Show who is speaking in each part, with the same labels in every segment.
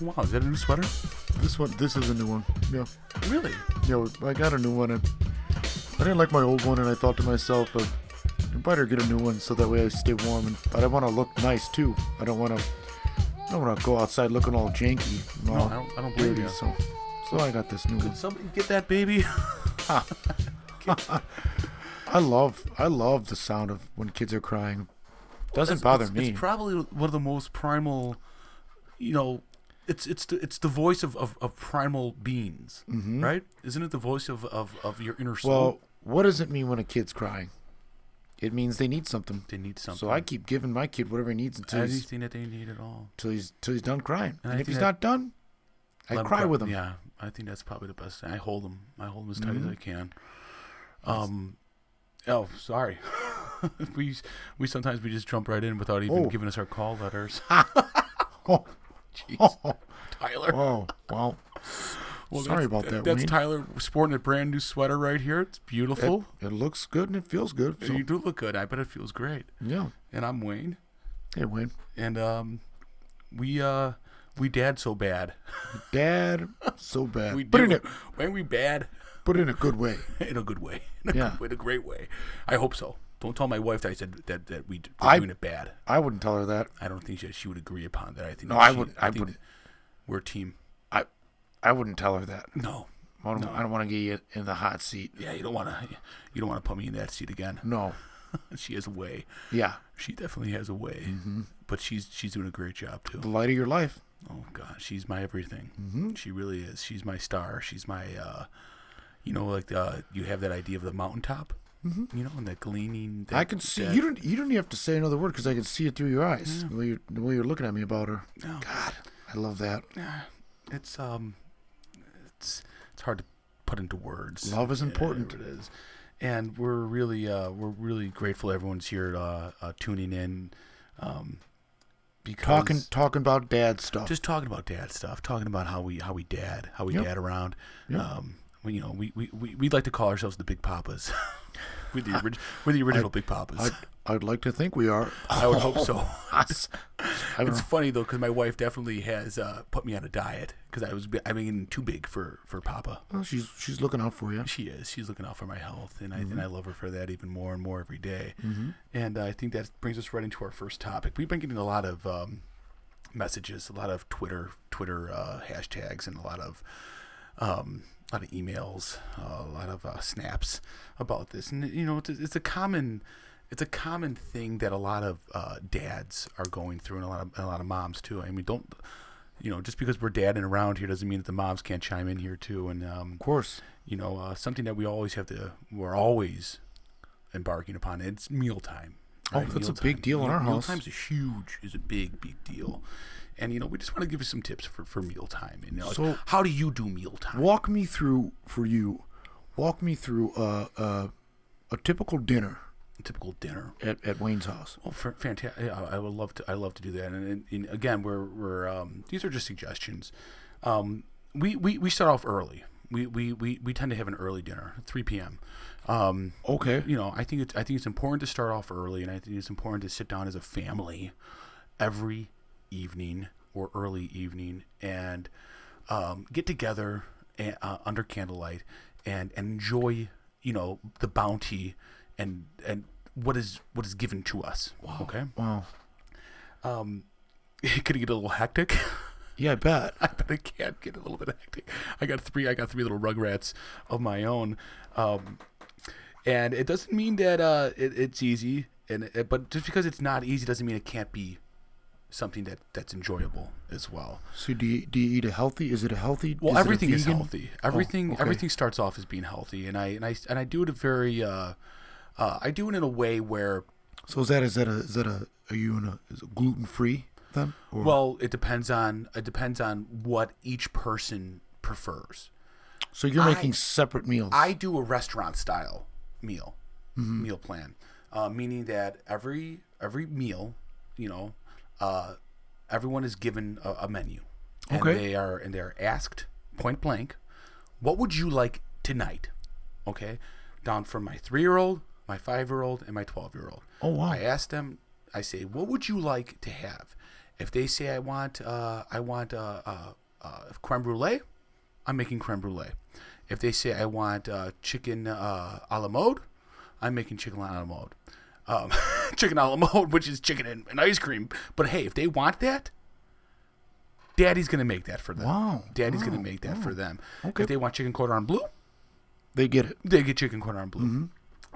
Speaker 1: Wow, is that a new sweater?
Speaker 2: This one, this is a new one. Yeah,
Speaker 1: Really?
Speaker 2: yeah. I got a new one. And I didn't like my old one, and I thought to myself, uh, I better get a new one so that way I stay warm. And but I want to look nice too. I don't want to. I don't want to go outside looking all janky. and all
Speaker 1: I don't- I don't believe
Speaker 2: dirty,
Speaker 1: you.
Speaker 2: So, so I got this new one.
Speaker 1: Somebody get that baby.
Speaker 2: I love, I love the sound of when kids are crying. Doesn't bother
Speaker 1: it's,
Speaker 2: me.
Speaker 1: It's probably one of the most primal, you know, it's it's the, it's the voice of, of, of primal beings, right? Isn't it the voice of, of, of your inner soul?
Speaker 2: Mm-hmm. well, what does it mean when a kid's crying? It means they need something.
Speaker 1: they need something.
Speaker 2: So I keep giving my kid whatever he needs until he's
Speaker 1: anything that they need at all.
Speaker 2: till he's till he's done crying.
Speaker 1: And
Speaker 2: And,
Speaker 1: I
Speaker 2: if
Speaker 1: think
Speaker 2: he's
Speaker 1: that-
Speaker 2: not done, I
Speaker 1: Let 'em
Speaker 2: cry with him.
Speaker 1: Yeah, I think that's probably the best. thing. I hold them. I hold them as
Speaker 2: Mm-hmm.
Speaker 1: tight as I can. Um, oh, sorry. we we sometimes we just jump right in without even
Speaker 2: Oh.
Speaker 1: giving us our call letters.
Speaker 2: Oh,
Speaker 1: Jeez,
Speaker 2: oh,
Speaker 1: Tyler.
Speaker 2: oh, well,
Speaker 1: Well, that's-
Speaker 2: sorry about that,
Speaker 1: Uh, That's
Speaker 2: Wayne.
Speaker 1: Tyler sporting a brand new sweater right here. It's
Speaker 2: it,
Speaker 1: beautiful.
Speaker 2: it looks good and it feels good. So,
Speaker 1: you do look good. I bet it feels great.
Speaker 2: yeah.
Speaker 1: And I'm Wayne.
Speaker 2: Hey, Wayne,
Speaker 1: And um, we uh we dad so bad.
Speaker 2: Dad, so bad.
Speaker 1: We
Speaker 2: but
Speaker 1: do.
Speaker 2: in a
Speaker 1: When we bad.
Speaker 2: but in a good way.
Speaker 1: in a good way, in a,
Speaker 2: Yeah.
Speaker 1: good way, in a great way. I hope so. Don't tell my wife that I said that that we d- we're
Speaker 2: I-
Speaker 1: doing it bad.
Speaker 2: I wouldn't tell her that.
Speaker 1: I don't think she, she would agree upon that. I think
Speaker 2: No,
Speaker 1: that
Speaker 2: I
Speaker 1: she-
Speaker 2: wouldn't- I
Speaker 1: think
Speaker 2: wouldn't.
Speaker 1: We're a team.
Speaker 2: I I wouldn't tell her that.
Speaker 1: No,
Speaker 2: I don't, I don't want to get you in the hot seat.
Speaker 1: yeah, you don't want to. You don't want to put me in that seat again.
Speaker 2: No.
Speaker 1: she has a way.
Speaker 2: Yeah.
Speaker 1: She definitely has a way.
Speaker 2: Mm-hmm.
Speaker 1: But she's she's doing a great job too.
Speaker 2: The light of your life.
Speaker 1: Oh God, she's my everything.
Speaker 2: Mm-hmm.
Speaker 1: She really is. She's my star. She's my, uh, you know, like uh, you have that idea of the mountaintop. Mm-hmm. You know, and that gleaning. That,
Speaker 2: I can see
Speaker 1: that-
Speaker 2: you don't you don't even have to say another word because I can see it through your eyes. The way you're the way you're looking at me about her.
Speaker 1: No.
Speaker 2: God, I love that.
Speaker 1: it's um it's it's hard to put into words
Speaker 2: Love is
Speaker 1: Yeah,
Speaker 2: important.
Speaker 1: it is and we're really uh we're really grateful everyone's here uh, uh tuning in um because
Speaker 2: Talking talking about dad stuff.
Speaker 1: just talking about dad stuff talking about how we how we dad how we
Speaker 2: Yep.
Speaker 1: dad around
Speaker 2: Yep.
Speaker 1: um we, you know we, we we we like to call ourselves the big papas we're the, orig- we're the original big papas
Speaker 2: I'd, I'd like to think we are.
Speaker 1: I would hope so.
Speaker 2: Us. I don't
Speaker 1: It's
Speaker 2: know.
Speaker 1: funny though, because my wife definitely has uh, put me on a diet because I was I mean too big for for Papa.
Speaker 2: Well, she's she's looking out for you.
Speaker 1: She is. She's looking out for my health, and I and I love her for that even more and more every day. And I think that brings us right into our first topic. We've been getting a lot of um, messages, a lot of Twitter Twitter uh, hashtags, and a lot of um, a lot of emails, uh, a lot of uh, snaps about this. And you know, it's, it's a common it's a common thing that a lot of uh, dads are going through, and a lot of and a lot of moms too. I mean, don't. You know, just because we're dadding around here doesn't mean that the moms can't chime in here too. And um,
Speaker 2: Of course.
Speaker 1: you know, uh, something that we always have to, we're always embarking upon. It's mealtime.
Speaker 2: Oh, that's a big deal in our house.
Speaker 1: Mealtime's a huge, is a big, big deal. And, you know, we just want to give you some tips for, for mealtime. And, you know, like,
Speaker 2: So-
Speaker 1: how do you do mealtime?
Speaker 2: Walk me through for you. Walk me through a a, a typical dinner
Speaker 1: Typical dinner. Oh,
Speaker 2: at, at Wayne's house.
Speaker 1: Well, f- fantastic! I I would love to. I love to do that. And, and, and again, we're we're um, these are just suggestions. Um, we, we we start off early. We, we, we, we tend to have an early dinner, 3 p.m. Um,
Speaker 2: Okay.
Speaker 1: you know, I think it's I think it's important to start off early, and I think it's important to sit down as a family every evening or early evening and um, get together and, uh, under candlelight and, and enjoy, you know, the bounty and and what is what is given to us. Okay,
Speaker 2: Wow.
Speaker 1: it could get a little hectic.
Speaker 2: Yeah, I bet.
Speaker 1: I bet it can get a little bit hectic. I got three. I got three little rugrats of my own, um, and it doesn't mean that uh, it, it's easy. And it, but just because it's not easy doesn't mean it can't be something that that's enjoyable as well.
Speaker 2: So do you, do you eat a healthy? Is it a healthy?
Speaker 1: Well,
Speaker 2: it
Speaker 1: everything is
Speaker 2: vegan?
Speaker 1: healthy. Everything
Speaker 2: okay.
Speaker 1: everything starts off as being healthy, and I and I and I do it a very. Uh, uh, I do it in a way where
Speaker 2: So is that is that a is that a are you in a is it gluten free then? Or,
Speaker 1: well it depends on it depends on what each person prefers.
Speaker 2: so you're making separate meals.
Speaker 1: I do a restaurant style meal
Speaker 2: Mm-hmm.
Speaker 1: meal plan, uh, meaning that every every meal, you know, uh, everyone is given a, a menu, and
Speaker 2: Okay.
Speaker 1: they are and they are asked point blank, "What would you like tonight?" Okay, down from my three year old, my five year old, and my twelve year old.
Speaker 2: Oh, wow.
Speaker 1: I ask them. I say, "What would you like to have?" If they say I want uh, I want uh, uh, uh, creme brulee, I'm making creme brulee. If they say I want uh, chicken uh, a la mode, I'm making chicken a la mode. Um, chicken a la mode, which is chicken and, and ice cream. But hey, if they want that, Daddy's gonna make that for them.
Speaker 2: Wow.
Speaker 1: Daddy's gonna make that for them.
Speaker 2: Okay.
Speaker 1: If they want chicken cordon bleu,
Speaker 2: They get it.
Speaker 1: they get chicken cordon bleu.
Speaker 2: Mm-hmm.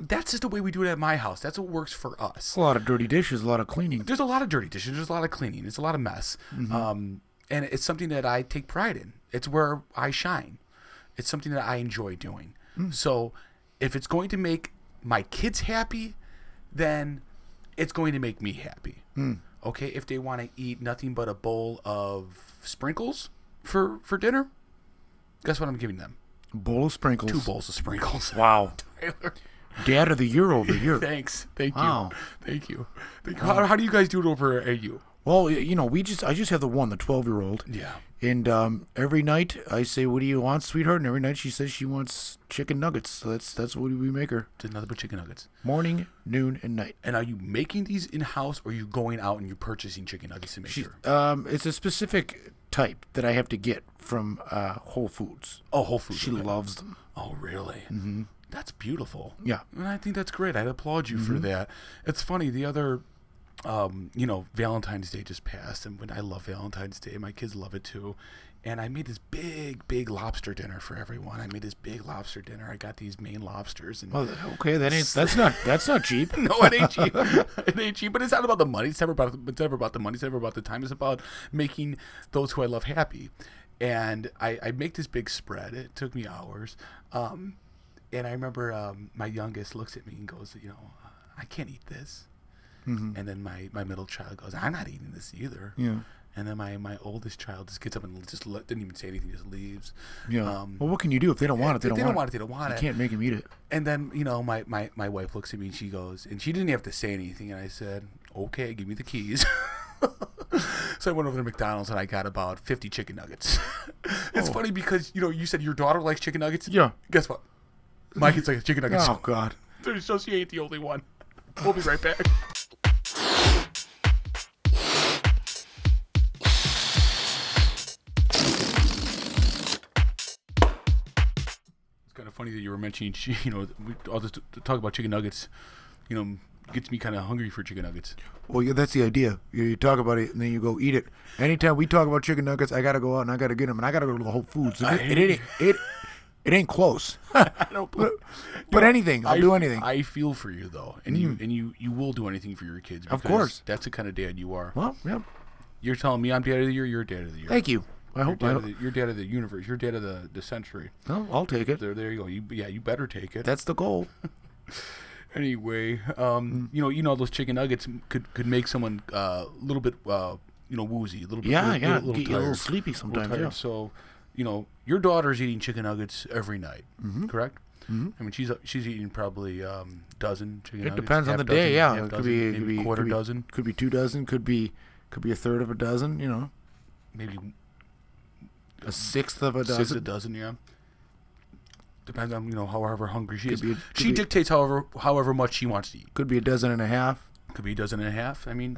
Speaker 1: That's just the way we do it at my house. That's what works for us.
Speaker 2: It's a lot of dirty dishes, a lot of cleaning.
Speaker 1: There's a lot of dirty dishes. There's a lot of cleaning. It's a lot of mess. Um, and it's something that I take pride in. It's where I shine. It's something that I enjoy doing. So if it's going to make my kids happy, then it's going to make me happy. Okay. If they want to eat nothing but a bowl of sprinkles for, for dinner, guess what I'm giving them?
Speaker 2: Bowl of sprinkles.
Speaker 1: Two bowls of sprinkles.
Speaker 2: Wow.
Speaker 1: Tyler.
Speaker 2: Dad of the year over here.
Speaker 1: Thanks. Thank
Speaker 2: Wow.
Speaker 1: you. Thank you. Thank you. How, how do you guys do it over at you?
Speaker 2: Well, y- you know, we just I just have the one, the 12-year-old.
Speaker 1: Yeah.
Speaker 2: And um, every night I say, "What do you want, sweetheart?" And every night she says she wants chicken nuggets. So that's that's what we make her.
Speaker 1: Just nothing but chicken nuggets.
Speaker 2: Morning, noon, and night.
Speaker 1: And are you making these in house or are you going out and you're purchasing chicken nuggets to make sure?
Speaker 2: Um, it's a specific type that I have to get from uh, Whole Foods.
Speaker 1: Oh, Whole Foods.
Speaker 2: She
Speaker 1: okay.
Speaker 2: loves them.
Speaker 1: Oh, really? Mm-hmm. That's beautiful.
Speaker 2: Yeah.
Speaker 1: And I think that's great. I'd applaud you for that. It's funny. The other, um, you know, Valentine's Day just passed, and when I love Valentine's Day, my kids love it too. And I made this big, big lobster dinner for everyone. I made this big lobster dinner. I got these Maine lobsters and
Speaker 2: Well, th- okay, that ain't that's not that's not cheap.
Speaker 1: no, it ain't cheap. it ain't cheap. But it's not about the money. It's never about it's never about the money. It's never about the time. It's about making those who I love happy. And I, I make this big spread. It took me hours. Um, and I remember um, my youngest looks at me and goes, you know, I can't eat this. And then my, my middle child goes, I'm not eating this either.
Speaker 2: Mm-hmm. Yeah.
Speaker 1: And then my, my oldest child just gets up and just le- didn't even say anything, just leaves.
Speaker 2: Yeah.
Speaker 1: Um,
Speaker 2: well, what can you do if they don't want it? They,
Speaker 1: they
Speaker 2: don't,
Speaker 1: don't
Speaker 2: want,
Speaker 1: want it, they don't want
Speaker 2: you
Speaker 1: it.
Speaker 2: can't make them eat it.
Speaker 1: and then you know my, my my wife looks at me and she goes and she didn't have to say anything and i said okay give me the keys so i went over to mcdonald's and i got about 50 chicken nuggets it's funny because you know you said your daughter likes chicken nuggets
Speaker 2: Yeah.
Speaker 1: guess what my kids like chicken nuggets
Speaker 2: Oh God.
Speaker 1: so she ain't the only one we'll be right back It's kind of funny that you were mentioning, chi- you know, we, all this t- t- talk about chicken nuggets, you know, gets me kind of hungry for chicken nuggets.
Speaker 2: Well, yeah, that's the idea. You, you talk about it and then you go eat it. Anytime we talk about chicken nuggets, I gotta go out and I gotta get them, and I gotta go to the Whole Foods. It, it, it, it, it ain't close.
Speaker 1: I don't.
Speaker 2: but but anything, I'll
Speaker 1: I-
Speaker 2: do anything. Mm.
Speaker 1: I feel for you though, and you and you you will do anything for your kids.
Speaker 2: Of
Speaker 1: because
Speaker 2: course.
Speaker 1: that's the kind of dad you are.
Speaker 2: well, yeah.
Speaker 1: You're telling me I'm dad of the year. You're dad of the year.
Speaker 2: Thank you. I
Speaker 1: You're
Speaker 2: hope. I
Speaker 1: dad, of
Speaker 2: hope
Speaker 1: the, you're dad of the universe. You're dad of the, the century.
Speaker 2: no, I'll take it.
Speaker 1: There, there you go. You, yeah, you better take it.
Speaker 2: That's the goal.
Speaker 1: anyway,
Speaker 2: Mm.
Speaker 1: um, you know, you know, those chicken nuggets m- could could make someone uh, a little bit, uh, you know, woozy, a little bit,
Speaker 2: Yeah,
Speaker 1: little,
Speaker 2: yeah.
Speaker 1: little, little
Speaker 2: Get you a
Speaker 1: tired,
Speaker 2: little sleepy
Speaker 1: little
Speaker 2: sometimes.
Speaker 1: tired.
Speaker 2: yeah.
Speaker 1: So, you know, your daughter's eating chicken nuggets every night, correct? Mm-hmm. I mean, she's she's eating probably um, dozen chicken.
Speaker 2: It
Speaker 1: nuggets,
Speaker 2: depends on
Speaker 1: half
Speaker 2: the
Speaker 1: dozen,
Speaker 2: day. Yeah,
Speaker 1: half
Speaker 2: it could
Speaker 1: dozen,
Speaker 2: be, it
Speaker 1: maybe
Speaker 2: could be
Speaker 1: quarter
Speaker 2: could be-
Speaker 1: dozen,
Speaker 2: could be two dozen, could be could be a third of a dozen. You know,
Speaker 1: maybe
Speaker 2: a sixth of a dozen.
Speaker 1: six a dozen. Yeah, depends on you know however hungry she is.
Speaker 2: be- could
Speaker 1: she
Speaker 2: be-
Speaker 1: dictates however however much she wants to eat.
Speaker 2: could be a dozen and a half.
Speaker 1: could be a dozen and a half. I
Speaker 2: Uh-huh.
Speaker 1: mean,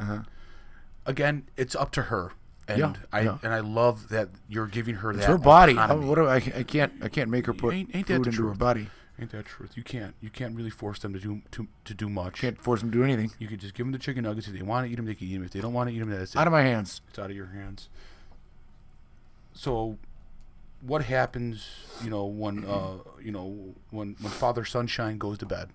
Speaker 1: again, it's up to her, and
Speaker 2: Yeah,
Speaker 1: I
Speaker 2: yeah.
Speaker 1: and I love that you're giving her that
Speaker 2: It's her body. How-
Speaker 1: autonomy.
Speaker 2: what do I, I can't I can't make her put
Speaker 1: Ain't- ain't that
Speaker 2: food
Speaker 1: the
Speaker 2: into her
Speaker 1: truth?
Speaker 2: body.
Speaker 1: Ain't that truth? You can't you can't really force them to do to, to do much.
Speaker 2: Can't force them to do anything.
Speaker 1: You could just give them the chicken nuggets if they want to eat them. They can eat them. If they don't want to eat them, that's it.
Speaker 2: Out of my hands.
Speaker 1: it's out of your hands. So, what happens? You know, when uh, you know when when Father Sunshine goes to bed,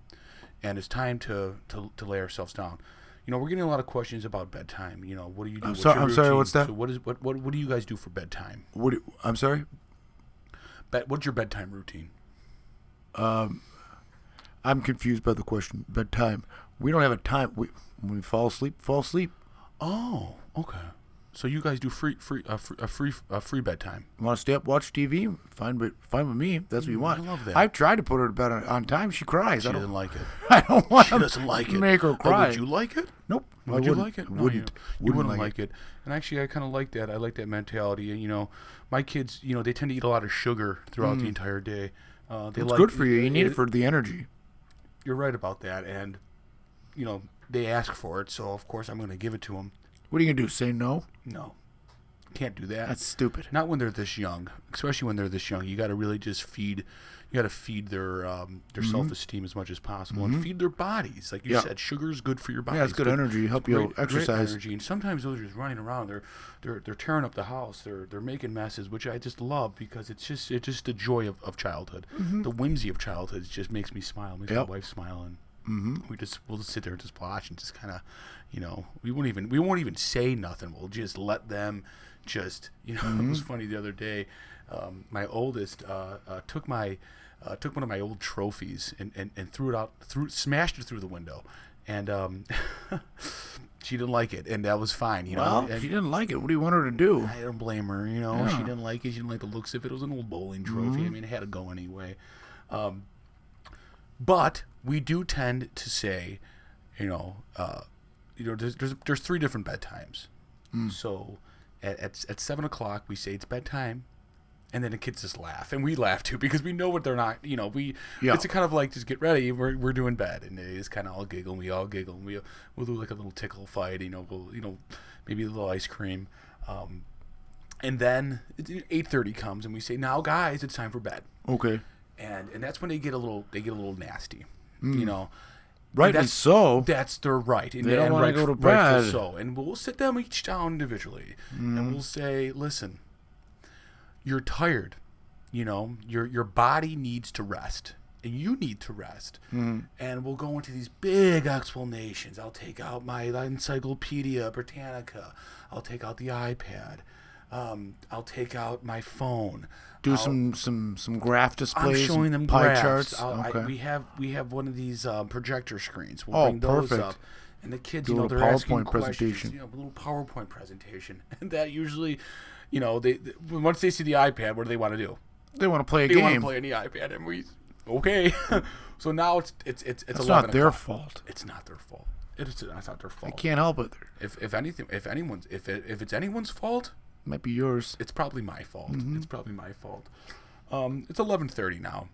Speaker 1: and it's time to to, to lay ourselves down. You know, we're getting a lot of questions about bedtime. You know, what do you do?
Speaker 2: I'm
Speaker 1: What's
Speaker 2: so-
Speaker 1: your
Speaker 2: I'm sorry,
Speaker 1: routine?
Speaker 2: what's that?
Speaker 1: So what is what what what do you guys do for bedtime?
Speaker 2: What? do- I'm sorry.
Speaker 1: Bed, what's your bedtime routine?
Speaker 2: I'm confused by the question. Bedtime. We don't have a time. We, when we fall asleep, fall asleep.
Speaker 1: Oh, okay. So you guys do free free a free a free, a free bedtime.
Speaker 2: Want to stay up, watch TV? Fine, but fine with me. That's what you want.
Speaker 1: Mm, love that.
Speaker 2: I've tried to put her to bed on, on time. She cries.
Speaker 1: She
Speaker 2: I
Speaker 1: doesn't
Speaker 2: don't.
Speaker 1: like it.
Speaker 2: I don't want
Speaker 1: She doesn't like it.
Speaker 2: Make her
Speaker 1: Oh,
Speaker 2: cry.
Speaker 1: would you like it?
Speaker 2: Nope. I
Speaker 1: Would you
Speaker 2: wouldn't.
Speaker 1: like it?
Speaker 2: I
Speaker 1: No, you-
Speaker 2: wouldn't.
Speaker 1: You, wouldn't like, it. And actually, I kind of like that. I like that mentality. And you know, my kids, you know, they tend to eat a lot of sugar throughout the entire day. Uh, they
Speaker 2: It's
Speaker 1: like-
Speaker 2: good for you. You need it for the energy.
Speaker 1: You're right about that. And you know, they ask for it, so of course I'm going to give it to them.
Speaker 2: What are you gonna do? Say no?
Speaker 1: No, can't do that.
Speaker 2: That's stupid.
Speaker 1: not when they're this young, especially when they're this young. You got to really just feed, you got to feed their um, their self esteem as much as possible, and feed their bodies. Like you
Speaker 2: Mm-hmm. Yeah.
Speaker 1: said, sugar's good for your body.
Speaker 2: Yeah, it's good energy. Help you
Speaker 1: great- great
Speaker 2: exercise.
Speaker 1: energy. And sometimes those are just running around. They're they're they're tearing up the house. They're they're making messes, which I just love because it's just it's just the joy of, of childhood. The whimsy of childhood just makes me smile. Makes
Speaker 2: Mm-hmm. Yep. Mm-hmm.
Speaker 1: my wife smile and. We just we'll just sit there and just watch and just kind of, you know, we won't even we won't even say nothing. We'll just let them, just you know. It was funny the other day. Um, my oldest uh, uh, took my uh, took one of my old trophies and, and, and threw it out threw smashed it through the window, and um, she didn't like it, and that was fine. You
Speaker 2: Well,
Speaker 1: know,
Speaker 2: if
Speaker 1: And
Speaker 2: you didn't like it, what do you want her to do?
Speaker 1: I don't blame her. You know, she didn't like it. She didn't like the looks of it. It was an old bowling trophy. I mean, it had to go anyway. Um, but we do tend to say, you know, uh, you know, there's, there's there's three different bedtimes. So at, at at seven o'clock we say it's bedtime, and then the kids just laugh, and we laugh too because we know what they're not. You know, we
Speaker 2: Yeah.
Speaker 1: it's a kind of like just get ready. We're, we're doing bed, and they just kind of all giggle. And we all giggle. And we we'll do like a little tickle fight. You know, we'll you know maybe a little ice cream. Um, and then eight thirty comes, and we say, "Now, guys, it's time for bed."
Speaker 2: Okay.
Speaker 1: and and that's when they get a little they get a little nasty, you know.
Speaker 2: Rightly
Speaker 1: that's-
Speaker 2: so.
Speaker 1: That's their right. And,
Speaker 2: They don't
Speaker 1: and
Speaker 2: wanna
Speaker 1: right-
Speaker 2: go to
Speaker 1: rightful
Speaker 2: bed.
Speaker 1: So, and we'll sit them each down individually,
Speaker 2: Mm-hmm.
Speaker 1: and we'll say, "Listen, you're tired. You know, your your body needs to rest." And you need to rest,
Speaker 2: Mm-hmm.
Speaker 1: and we'll go into these big explanations. I'll take out my Encyclopedia Britannica. I'll take out the iPad. Um, I'll take out my phone.
Speaker 2: do
Speaker 1: I'll-
Speaker 2: some some some graph displays.
Speaker 1: I'm showing them
Speaker 2: pie
Speaker 1: graphs.
Speaker 2: charts.
Speaker 1: I'll- I-
Speaker 2: okay.
Speaker 1: we have we have one of these uh, projector screens. We'll
Speaker 2: Oh,
Speaker 1: bring those
Speaker 2: perfect.
Speaker 1: up, and the kids,
Speaker 2: Do a
Speaker 1: you know,
Speaker 2: little
Speaker 1: they're asking
Speaker 2: PowerPoint
Speaker 1: questions.
Speaker 2: presentation.
Speaker 1: You know, a little PowerPoint presentation, and that usually, you know, they, they once they see the iPad, what do they want to do?
Speaker 2: they want to play a
Speaker 1: They want to
Speaker 2: game.
Speaker 1: play on the iPad, and we okay. so now it's it's it's it's
Speaker 2: it's
Speaker 1: 11
Speaker 2: not their
Speaker 1: o'clock.
Speaker 2: fault.
Speaker 1: It's not their fault. It's not, it's not their fault.
Speaker 2: Can't help it.
Speaker 1: If if anything, if anyone's if it, if it's anyone's fault,
Speaker 2: Might be yours.
Speaker 1: it's probably my fault. It's probably my fault. Um, it's eleven thirty now,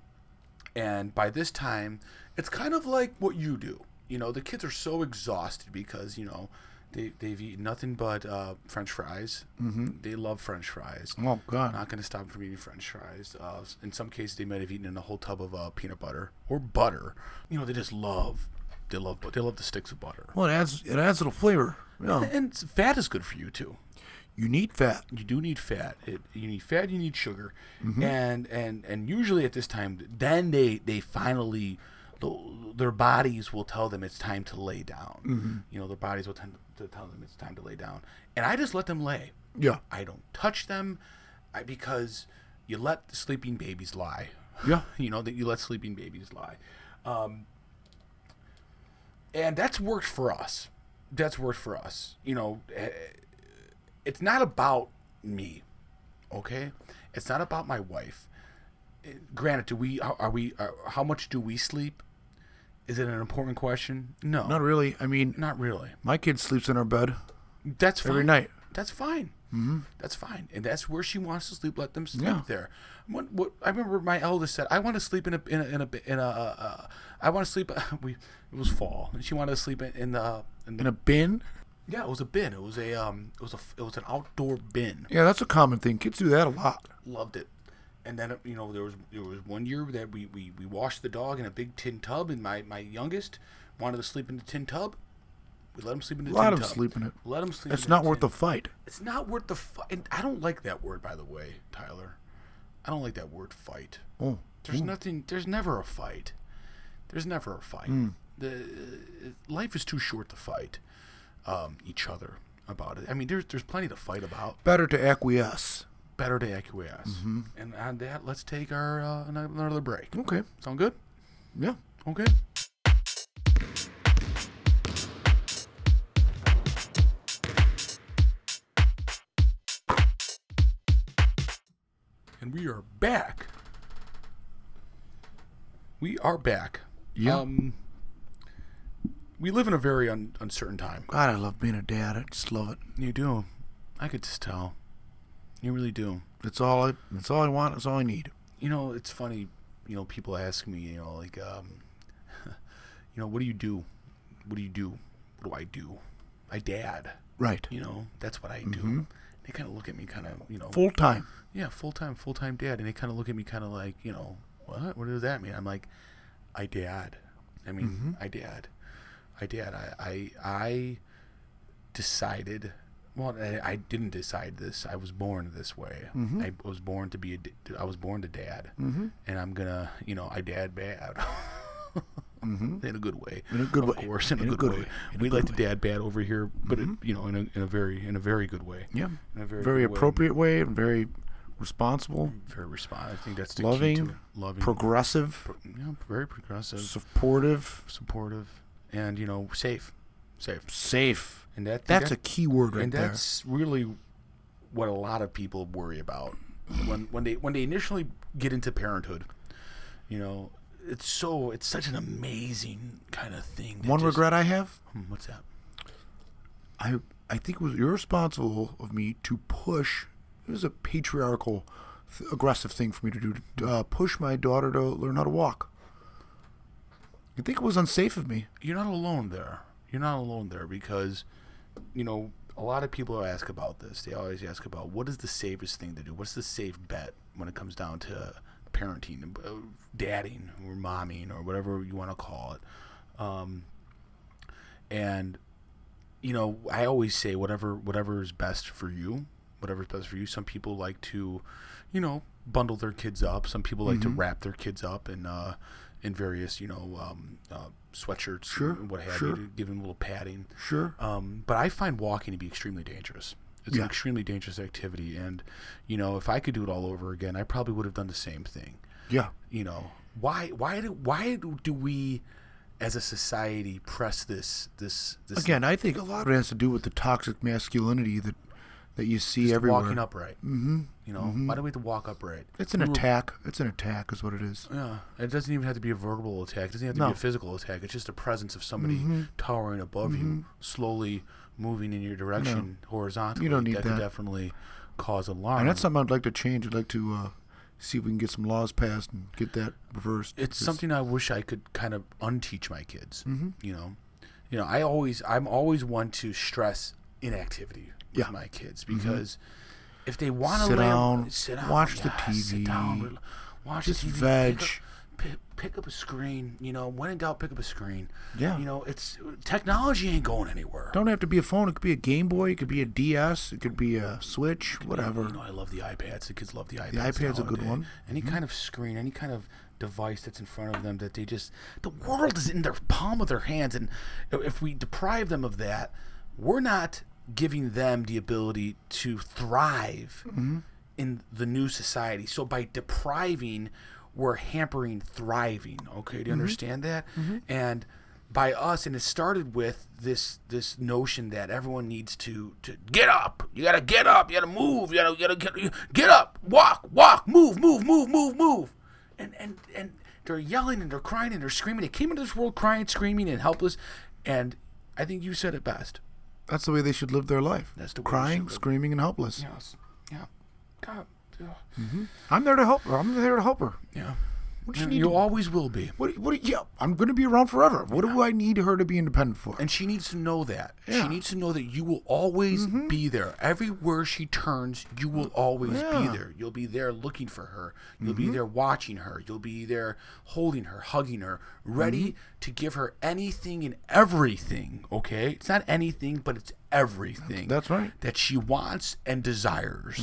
Speaker 1: and by this time, it's kind of like what you do. You know, the kids are so exhausted because you know they they've eaten nothing but uh, French fries. Mm-hmm. They love French fries.
Speaker 2: Oh God.
Speaker 1: Not going to stop them from eating French fries. Uh, s- in some cases, they might have eaten a whole tub of uh, peanut butter or butter. You know, they just love. They love. They love the sticks of butter.
Speaker 2: Well, it adds it adds a little flavor. Yeah.
Speaker 1: And fat is good for you too.
Speaker 2: You need fat.
Speaker 1: you do need fat. It, you need fat. You need sugar, and and and usually at this time, then they they finally the, their bodies will tell them it's time to lay down. You know, their bodies will tend to tell them it's time to lay down, and I just let them lay.
Speaker 2: Yeah.
Speaker 1: I don't touch them, I, because you let the sleeping babies lie.
Speaker 2: Yeah.
Speaker 1: you know that you let sleeping babies lie, um, and that's worked for us. That's worked for us. You know, eh, it's not about me okay it's not about my wife Eh, granted do we are are we are, how much do we sleep is it an important question no
Speaker 2: Not really. I mean,
Speaker 1: not really
Speaker 2: my kid sleeps in our bed
Speaker 1: that's fine
Speaker 2: every night.
Speaker 1: that's fine mm-hmm. that's fine and that's where she wants to sleep let them sleep
Speaker 2: Yeah.
Speaker 1: there what, what, i remember my eldest said i want to sleep in a in a in a, in a uh, uh, i want to sleep we it was fall and she wanted to sleep in, in the in the
Speaker 2: In a bin.
Speaker 1: yeah it was a bin it was a um it was a f- it was an outdoor bin
Speaker 2: Yeah, that's a common thing. Kids do that a lot.
Speaker 1: loved it. And then you know there was there was one year that we, we, we washed the dog in a big tin tub, and my, my youngest wanted to sleep in the tin tub. We let him sleep in the tin
Speaker 2: Let
Speaker 1: tub.
Speaker 2: him sleep in it.
Speaker 1: Let him sleep.
Speaker 2: It's
Speaker 1: in
Speaker 2: not
Speaker 1: the
Speaker 2: worth
Speaker 1: tin.
Speaker 2: the fight.
Speaker 1: It's not worth the fight. And I don't like that word, by the way, Tyler. I don't like that word fight.
Speaker 2: Oh,
Speaker 1: There's nothing. There's never a fight. There's never a fight. The uh, life is too short to fight um, each other about it. I mean, there's there's plenty to fight about
Speaker 2: better to acquiesce.
Speaker 1: better to acquiesce. And on that, let's take our uh, ano- another break.
Speaker 2: Okay.
Speaker 1: Sound good?
Speaker 2: Yeah.
Speaker 1: Okay. And we are back. We are back.
Speaker 2: Yeah.
Speaker 1: Um, we live in a very un- uncertain time.
Speaker 2: God, I love being a dad. I just love it.
Speaker 1: You do. I could just tell. You really do.
Speaker 2: That's all I. That's all I want. That's all I need.
Speaker 1: you know it's funny you know people ask me you know like um you know what do you do what do you do what do i do i dad
Speaker 2: Right.
Speaker 1: You know, that's what I do. They kind of look at me, kind of, you know,
Speaker 2: Full time.
Speaker 1: yeah, full time, full time dad, and they kind of look at me, kind of like, you know, what? What does that mean? I'm like, I dad. I mean,
Speaker 2: Mm-hmm.
Speaker 1: I dad. I dad. I I, I decided. Well, I, I didn't decide this. I was born this way.
Speaker 2: Mm-hmm.
Speaker 1: I was born to be a. d- I was born to dad, mm-hmm. and I'm gonna, you know, I dad bad. In a good way,
Speaker 2: Mm-hmm. In a good
Speaker 1: of
Speaker 2: way.
Speaker 1: course. In, a good, way,
Speaker 2: In a
Speaker 1: we like
Speaker 2: good
Speaker 1: to dad bad over here, but it, you know, in a, in a very, in a very good way.
Speaker 2: Yeah.
Speaker 1: in a
Speaker 2: Very,
Speaker 1: very, good way. Mm-hmm.
Speaker 2: appropriate way and very responsible,
Speaker 1: very responsive. I think that's the key
Speaker 2: Loving,
Speaker 1: to it. loving,
Speaker 2: progressive,
Speaker 1: pro- yeah, very progressive,
Speaker 2: supportive,
Speaker 1: supportive, and you know, safe, safe.
Speaker 2: safe.
Speaker 1: And that
Speaker 2: That's
Speaker 1: that-
Speaker 2: a key word right
Speaker 1: and
Speaker 2: there.
Speaker 1: that's really what a lot of people worry about when when they when they initially get into parenthood. You know, it's so it's such an amazing kind of thing. that
Speaker 2: One
Speaker 1: just-
Speaker 2: regret I have
Speaker 1: Hmm, What's that?
Speaker 2: I I think it was irresponsible of me to push. It was a patriarchal, th- aggressive thing for me to do to uh, push my daughter to learn how to walk. I think it was unsafe of me.
Speaker 1: you're not alone there. You're not alone there because, you know, a lot of people ask about this. They always ask about what is the safest thing to do? What's the safe bet when it comes down to parenting, and, uh, dadding, or momming, or whatever you want to call it. Um, and you know, I always say whatever whatever is best for you, whatever's best for you. Some people like to, you know, bundle their kids up. Some people like
Speaker 2: Mm-hmm.
Speaker 1: to wrap their kids up in uh, in various you know um, uh, sweatshirts,
Speaker 2: Sure,
Speaker 1: and what have you,
Speaker 2: sure.
Speaker 1: to give them a little padding.
Speaker 2: Sure.
Speaker 1: Um, but I find walking to be extremely dangerous. It's an
Speaker 2: Yeah.
Speaker 1: extremely dangerous activity, and you know, if I could do it all over again, I probably would have done the same thing
Speaker 2: Yeah.
Speaker 1: you know why why do why do do we as a society press this this this
Speaker 2: Again, I think a lot of it has to do with the toxic masculinity that that you see everywhere.
Speaker 1: walking upright mm-hmm. you know why do we have to walk upright
Speaker 2: It's an attack. It's an attack, is what it is.
Speaker 1: yeah it doesn't even have to be a verbal attack it doesn't have to be
Speaker 2: No. Mm-hmm.
Speaker 1: a physical attack it's just the presence of somebody towering above you slowly moving in your direction horizontally
Speaker 2: need
Speaker 1: could
Speaker 2: that.
Speaker 1: definitely cause alarm
Speaker 2: And that's something I'd like to change. I'd like to uh, see if we can get some laws passed and get that reversed.
Speaker 1: it's something I wish I could kind of unteach my kids.
Speaker 2: Mm-hmm.
Speaker 1: You know, you know, I always I'm always one to stress inactivity with
Speaker 2: Yeah. Mm-hmm.
Speaker 1: my kids because if they want to
Speaker 2: Sit
Speaker 1: lay,
Speaker 2: down,
Speaker 1: sit down,
Speaker 2: watch the
Speaker 1: sit down,
Speaker 2: TV,
Speaker 1: rel- watch
Speaker 2: just
Speaker 1: the TV,
Speaker 2: veg.
Speaker 1: Pick up, pick, pick up a screen. You know, when in doubt, pick up a screen.
Speaker 2: Yeah.
Speaker 1: you know, it's technology ain't going anywhere.
Speaker 2: Don't have to be a phone. It could be a Game Boy. It could be a DS. It could be a Switch. Whatever.
Speaker 1: You know, I love the iPads. The kids love the iPads.
Speaker 2: iPad's a good
Speaker 1: nowadays.
Speaker 2: one. Mm-hmm.
Speaker 1: Any kind of screen, any kind of device that's in front of them that they just the world is in their palm of their hands, and if we deprive them of that, we're not giving them the ability to thrive
Speaker 2: Mm-hmm.
Speaker 1: in the new society. So by depriving, we're hampering thriving. Okay,
Speaker 2: Mm-hmm.
Speaker 1: do you understand that? And by us and it started with this this notion that everyone needs to to get up you gotta get up you gotta move you gotta, you gotta get, you- get up walk walk move move move move move and and and they're yelling and they're crying and they're screaming they came into this world crying screaming and helpless and i think you said it best
Speaker 2: That's the way they should live their life.
Speaker 1: That's the way they should
Speaker 2: crying,
Speaker 1: live.
Speaker 2: screaming, and helpless.
Speaker 1: yes yeah God. yeah.
Speaker 2: I'm there to help her. I'm there to help her.
Speaker 1: yeah
Speaker 2: Hmm. What do you
Speaker 1: you,
Speaker 2: need? to,
Speaker 1: always will be
Speaker 2: what? What? Yeah, I'm going to be around forever. What do I need her to be independent for?
Speaker 1: and she needs to know that
Speaker 2: Yeah. Mm-hmm.
Speaker 1: she needs to know that you will always be there everywhere she turns you will always be
Speaker 2: Yeah. Mm-hmm.
Speaker 1: there you'll be there looking for her you'll be there watching her you'll be there holding her hugging her ready
Speaker 2: Mm-hmm.
Speaker 1: to give her anything and everything okay it's not anything but it's everything
Speaker 2: That's right. Mm-hmm.
Speaker 1: that she wants and desires.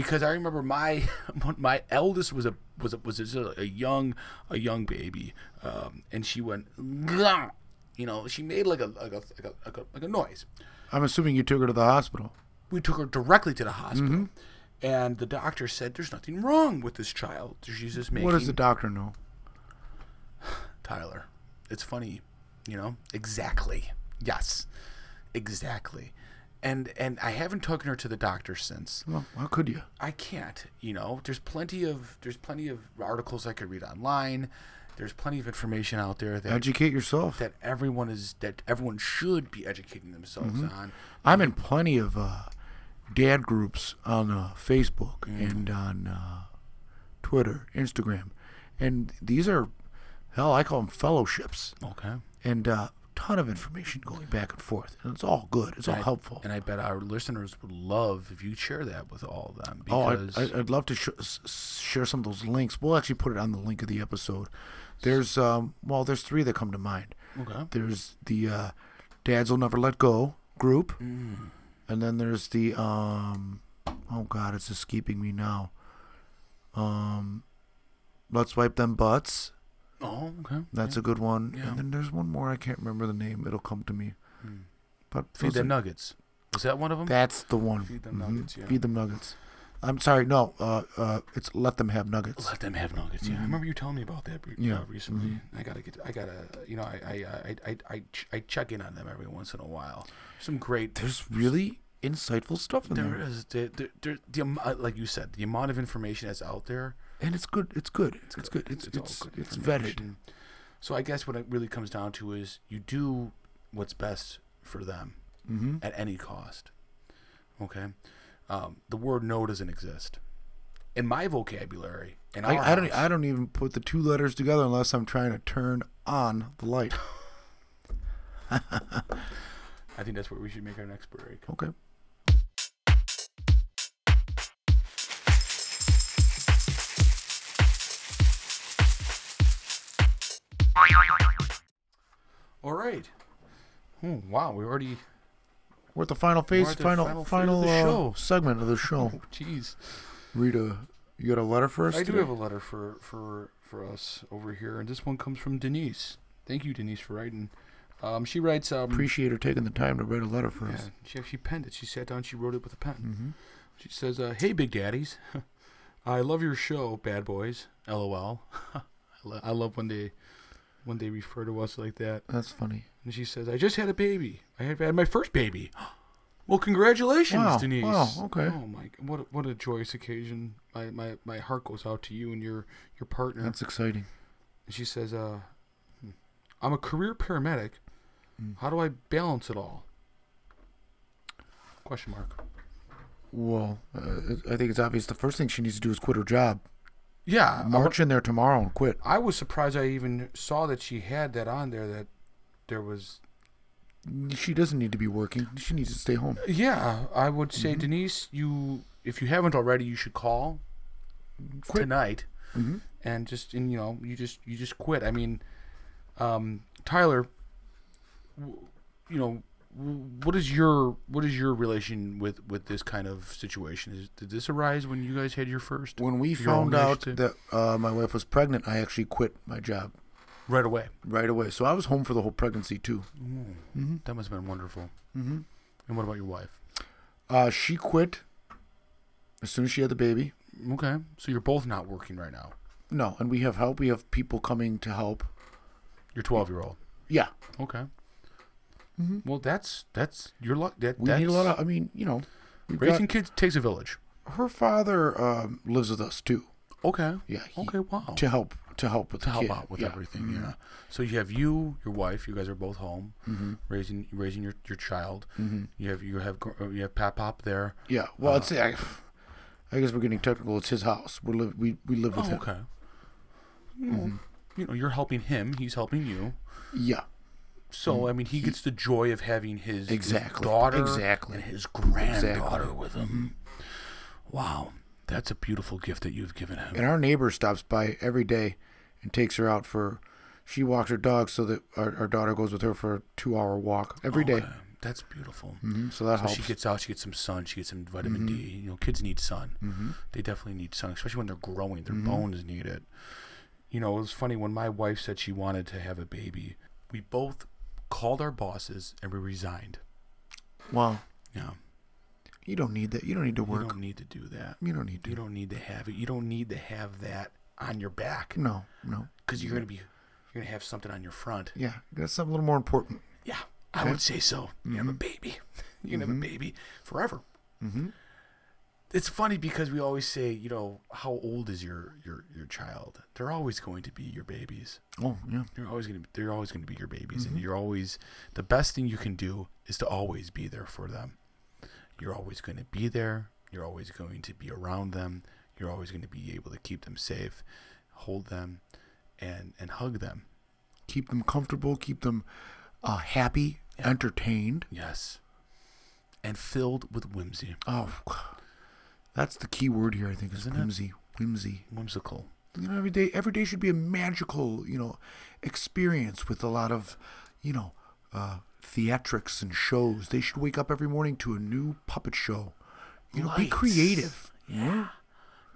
Speaker 1: Because I remember my when my eldest was a was a, was just a, a young a young baby, um, and she went, "Grr." you know, she made like a like a, like a like a like a noise.
Speaker 2: I'm assuming you took her to the hospital.
Speaker 1: We took her directly to the hospital,
Speaker 2: Mm-hmm.
Speaker 1: and the doctor said, "There's nothing wrong with this child. She's just making
Speaker 2: What does the doctor know?
Speaker 1: Tyler. It's funny, you know? Exactly. Yes. Exactly. And and I haven't taken her to the doctor since.
Speaker 2: Well, how could you?
Speaker 1: I can't. You know, there's plenty of there's plenty of articles I could read online. There's plenty of information out there that
Speaker 2: Educate yourself.
Speaker 1: that everyone is that everyone should be educating themselves on.
Speaker 2: I'm in plenty of uh, dad groups on uh, Facebook
Speaker 1: Mm-hmm.
Speaker 2: and on uh, Twitter, Instagram, and these are hell. I call them fellowships.
Speaker 1: Okay.
Speaker 2: and uh, ton of information going back and forth, and it's all good. It's all
Speaker 1: I-
Speaker 2: helpful.
Speaker 1: And I bet our listeners would love if you share that with all of them.
Speaker 2: Oh, I,
Speaker 1: Because
Speaker 2: I, I'd love to sh- s- share some of those links. We'll actually put it on the link of the episode. There's um, well, there's three that come to mind.
Speaker 1: okay.
Speaker 2: There's the uh, Dads Will Never Let Go group,
Speaker 1: Mm.
Speaker 2: and then there's the um, oh God, it's escaping me now. Um, Let's wipe them butts.
Speaker 1: Oh, okay.
Speaker 2: That's a good one.
Speaker 1: Yeah.
Speaker 2: And then there's one more. I can't remember the name. It'll come to me.
Speaker 1: Hmm.
Speaker 2: But
Speaker 1: Feed
Speaker 2: those
Speaker 1: them
Speaker 2: are-
Speaker 1: nuggets. Was that one of them?
Speaker 2: That's the one.
Speaker 1: Feed them
Speaker 2: Mhm.
Speaker 1: nuggets, yeah.
Speaker 2: Feed them nuggets. I'm sorry. No. Uh. Uh. It's let them have nuggets.
Speaker 1: Let them have nuggets. Yeah, I
Speaker 2: Mhm.
Speaker 1: remember you telling me about that re-
Speaker 2: Yeah.
Speaker 1: uh, recently. I gotta get. I gotta. You know, I uh, I, I I I ch- I check in on them every once in a while. Some great.
Speaker 2: There's really insightful stuff in there,
Speaker 1: There is there, there, there, the am- uh, like you said the amount of information that's out there.
Speaker 2: and it's good. It's good. It's, good. It's
Speaker 1: all
Speaker 2: it's
Speaker 1: good
Speaker 2: it's, vetted.
Speaker 1: information. So I guess what it really comes down to is you do what's best for them
Speaker 2: Mm-hmm.
Speaker 1: at any cost. Okay, um, the word no doesn't exist in my vocabulary. And
Speaker 2: I, I don't e, I don't even put the two letters together unless I'm trying to turn on the light.
Speaker 1: I think that's where we should make our next break.
Speaker 2: Okay.
Speaker 1: All right. Oh, wow, we already.
Speaker 2: We're at the final phase,
Speaker 1: at the
Speaker 2: final
Speaker 1: final
Speaker 2: final,
Speaker 1: phase of the
Speaker 2: uh,
Speaker 1: show.
Speaker 2: segment of the show.
Speaker 1: Oh, jeez.
Speaker 2: Rita, you got a letter for us?
Speaker 1: I do
Speaker 2: today?
Speaker 1: have a letter for for for us over here, and this one comes from Denise. Thank you, Denise, for writing. Um, she writes. Um,
Speaker 2: Appreciate her taking the time to write a letter for
Speaker 1: yeah,
Speaker 2: us.
Speaker 1: she actually penned it. She sat down. She wrote it with a pen.
Speaker 2: Mhm.
Speaker 1: She says, uh, "Hey, Big Daddies, I love your show, Bad Boys. LOL. I, lo- I love when they when they refer to us like that."
Speaker 2: That's funny.
Speaker 1: And she says, "I just had a baby. I had, had my first baby. Well, congratulations,
Speaker 2: Wow,
Speaker 1: Denise.
Speaker 2: wow, okay.
Speaker 1: Oh my, what a, what a joyous occasion. My, my my heart goes out to you and your your partner."
Speaker 2: That's exciting.
Speaker 1: and she says, "Uh, hmm, I'm a career paramedic.
Speaker 2: Mm.
Speaker 1: How do I balance it all?" Question mark.
Speaker 2: Well, uh, it- I think it's obvious. The first thing she needs to do is quit her job.
Speaker 1: Yeah, I-
Speaker 2: March in there tomorrow and quit.
Speaker 1: I was surprised I even saw that she had that on there. That there was.
Speaker 2: She doesn't need to be working. She needs to stay home.
Speaker 1: Yeah, I would say
Speaker 2: Mm-hmm.
Speaker 1: Denise, you if you haven't already, you should call
Speaker 2: Quit.
Speaker 1: tonight
Speaker 2: Mhm.
Speaker 1: and just and you know you just you just quit. I mean, um, Tyler, w- you know w- what is your what is your relation with with this kind of situation? Is, did this arise when you guys had your first
Speaker 2: When we
Speaker 1: Your
Speaker 2: found
Speaker 1: own
Speaker 2: out
Speaker 1: initiative?
Speaker 2: that uh, my wife was pregnant, I actually quit my job
Speaker 1: right away?
Speaker 2: right away. So I was home for the whole pregnancy too. Mm-hmm.
Speaker 1: That must have been wonderful.
Speaker 2: Mm-hmm.
Speaker 1: And what about your wife?
Speaker 2: Uh, she quit as soon as she had the baby.
Speaker 1: Okay, so you're both not working right now.
Speaker 2: No, and we have help. We have people coming to help.
Speaker 1: Your 12 year old.
Speaker 2: Yeah,
Speaker 1: Okay.
Speaker 2: Mhm.
Speaker 1: Well, that's that's your luck. That
Speaker 2: we
Speaker 1: that's,
Speaker 2: need a lot of. I mean, you know, we've
Speaker 1: raising kids takes a village.
Speaker 2: got, her father um, lives with us too.
Speaker 1: Okay.
Speaker 2: Yeah, he-
Speaker 1: Okay. Wow.
Speaker 2: to help to help with
Speaker 1: to
Speaker 2: the
Speaker 1: help
Speaker 2: kid.
Speaker 1: out with
Speaker 2: Yeah.
Speaker 1: everything.
Speaker 2: Mhm.
Speaker 1: Yeah. Mm-hmm. So you have you, your wife. You guys are both home,
Speaker 2: Mhm.
Speaker 1: raising raising your, your child.
Speaker 2: Mhm.
Speaker 1: You have you have gr- you have Pap Pop there.
Speaker 2: Yeah. Well,
Speaker 1: Uh-huh.
Speaker 2: it's I, I guess we're getting technical. It's his house. We live we, we live with
Speaker 1: Oh,
Speaker 2: him. Mm-hmm.
Speaker 1: okay. Well, You know, you're helping him. He's helping you.
Speaker 2: Yeah.
Speaker 1: So I mean, he gets the joy of having his, his
Speaker 2: Mm-hmm. Exactly.
Speaker 1: daughter
Speaker 2: Exactly.
Speaker 1: and his granddaughter with him.
Speaker 2: Mm-hmm.
Speaker 1: Wow, that's a beautiful gift that you've given him.
Speaker 2: And our neighbor stops by every day and takes her out for. She walks her dog so that our, our daughter goes with her for a two hour walk every day.
Speaker 1: Oh, Okay, That's beautiful.
Speaker 2: Mhm, So that
Speaker 1: So
Speaker 2: helps. Mm-hmm.
Speaker 1: she gets out, she gets some sun, she gets some vitamin D. You know, kids need sun. They definitely need sun, especially when they're growing. Their
Speaker 2: Mm-hmm.
Speaker 1: bones need it. You know, it was funny when my wife said she wanted to have a baby. We both called our bosses and we resigned.
Speaker 2: wow.
Speaker 1: Yeah,
Speaker 2: You don't need that. You don't need to
Speaker 1: you
Speaker 2: work.
Speaker 1: don't need to do that.
Speaker 2: You don't need to.
Speaker 1: You don't need to have it. You don't need to have that on your back
Speaker 2: No, no.
Speaker 1: because you're gonna be, you're gonna have something on your front.
Speaker 2: Yeah, that's something a little more important.
Speaker 1: Yeah, I would say so. You have a baby. You can have a baby forever.
Speaker 2: Mhm.
Speaker 1: It's funny because we always say, you know, how old is your your your child? They're always going to be your babies.
Speaker 2: Oh, yeah.
Speaker 1: They're always going to they're always going to be your babies, and you're always the best thing you can do is to always be there for them. You're always going to be there. You're always going to be around them. You're always going to be able to keep them safe, hold them, and and hug them.
Speaker 2: Keep them comfortable. Keep them uh, happy, entertained.
Speaker 1: Yes. And filled with whimsy.
Speaker 2: Oh, that's the key word here. I think is whimsy. Whimsy.
Speaker 1: Whimsical.
Speaker 2: You know, every day, every day should be a magical, you know, experience with a lot of, you know, uh, theatrics and shows. They should wake up every morning to a new puppet show. You know, be
Speaker 1: Lights.
Speaker 2: creative.
Speaker 1: Yeah.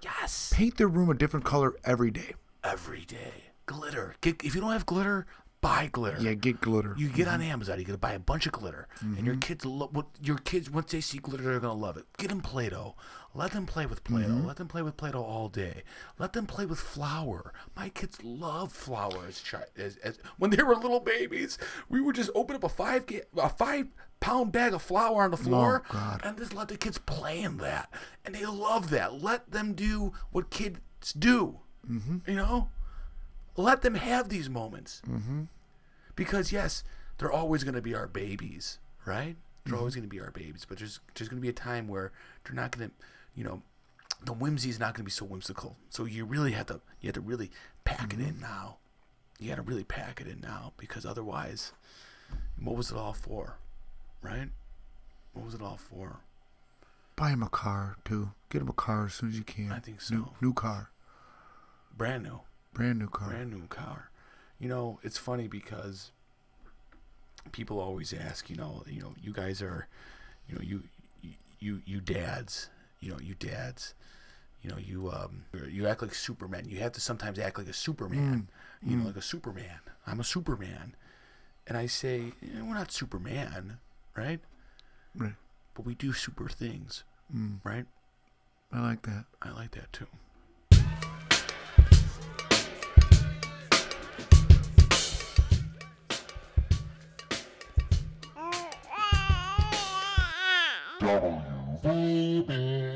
Speaker 1: Yes.
Speaker 2: Paint their room a different color every day.
Speaker 1: Every day. Glitter. Get, if you don't have glitter, buy glitter.
Speaker 2: Yeah, get glitter.
Speaker 1: You get on Amazon, you got to buy a bunch of glitter, and your kids lo- what your kids once they see glitter, they're gonna love it. Get them Play-Doh, let them play with Play-Doh, let them play with Play-Doh all day, let them play with flour. My kids love flour as, chi- as, as when they were little babies. We would just open up a five ga- a five pound bag of flour on the floor,
Speaker 2: God.
Speaker 1: and just let the kids play in that, and they love that. Let them do what kids do, you know. Let them have these moments because yes, they're always going to be our babies, right? They're always going to be our babies, but there's there's going to be a time where they're not going to, you know, the whimsy is not going to be so whimsical. So you really have to you have to really pack it in now. You got to really pack it in now because otherwise, what was it all for, right? What was it all for?
Speaker 2: Buy him a car too. Get him a car as soon as you can.
Speaker 1: I think
Speaker 2: New,
Speaker 1: so.
Speaker 2: new car,
Speaker 1: Brand new.
Speaker 2: brand new car.
Speaker 1: brand new car. You know, it's funny because people always ask, you know, you know, you guys are, you know, you you you dads, you know, you dads, you know, you um you act like Superman. You have to sometimes act like a Superman. You know, like a Superman. I'm a Superman. And I say, "Eh, we're not Superman, right?
Speaker 2: Right.
Speaker 1: But we do super things, right?
Speaker 2: I like that.
Speaker 1: I like that too.
Speaker 3: W baby.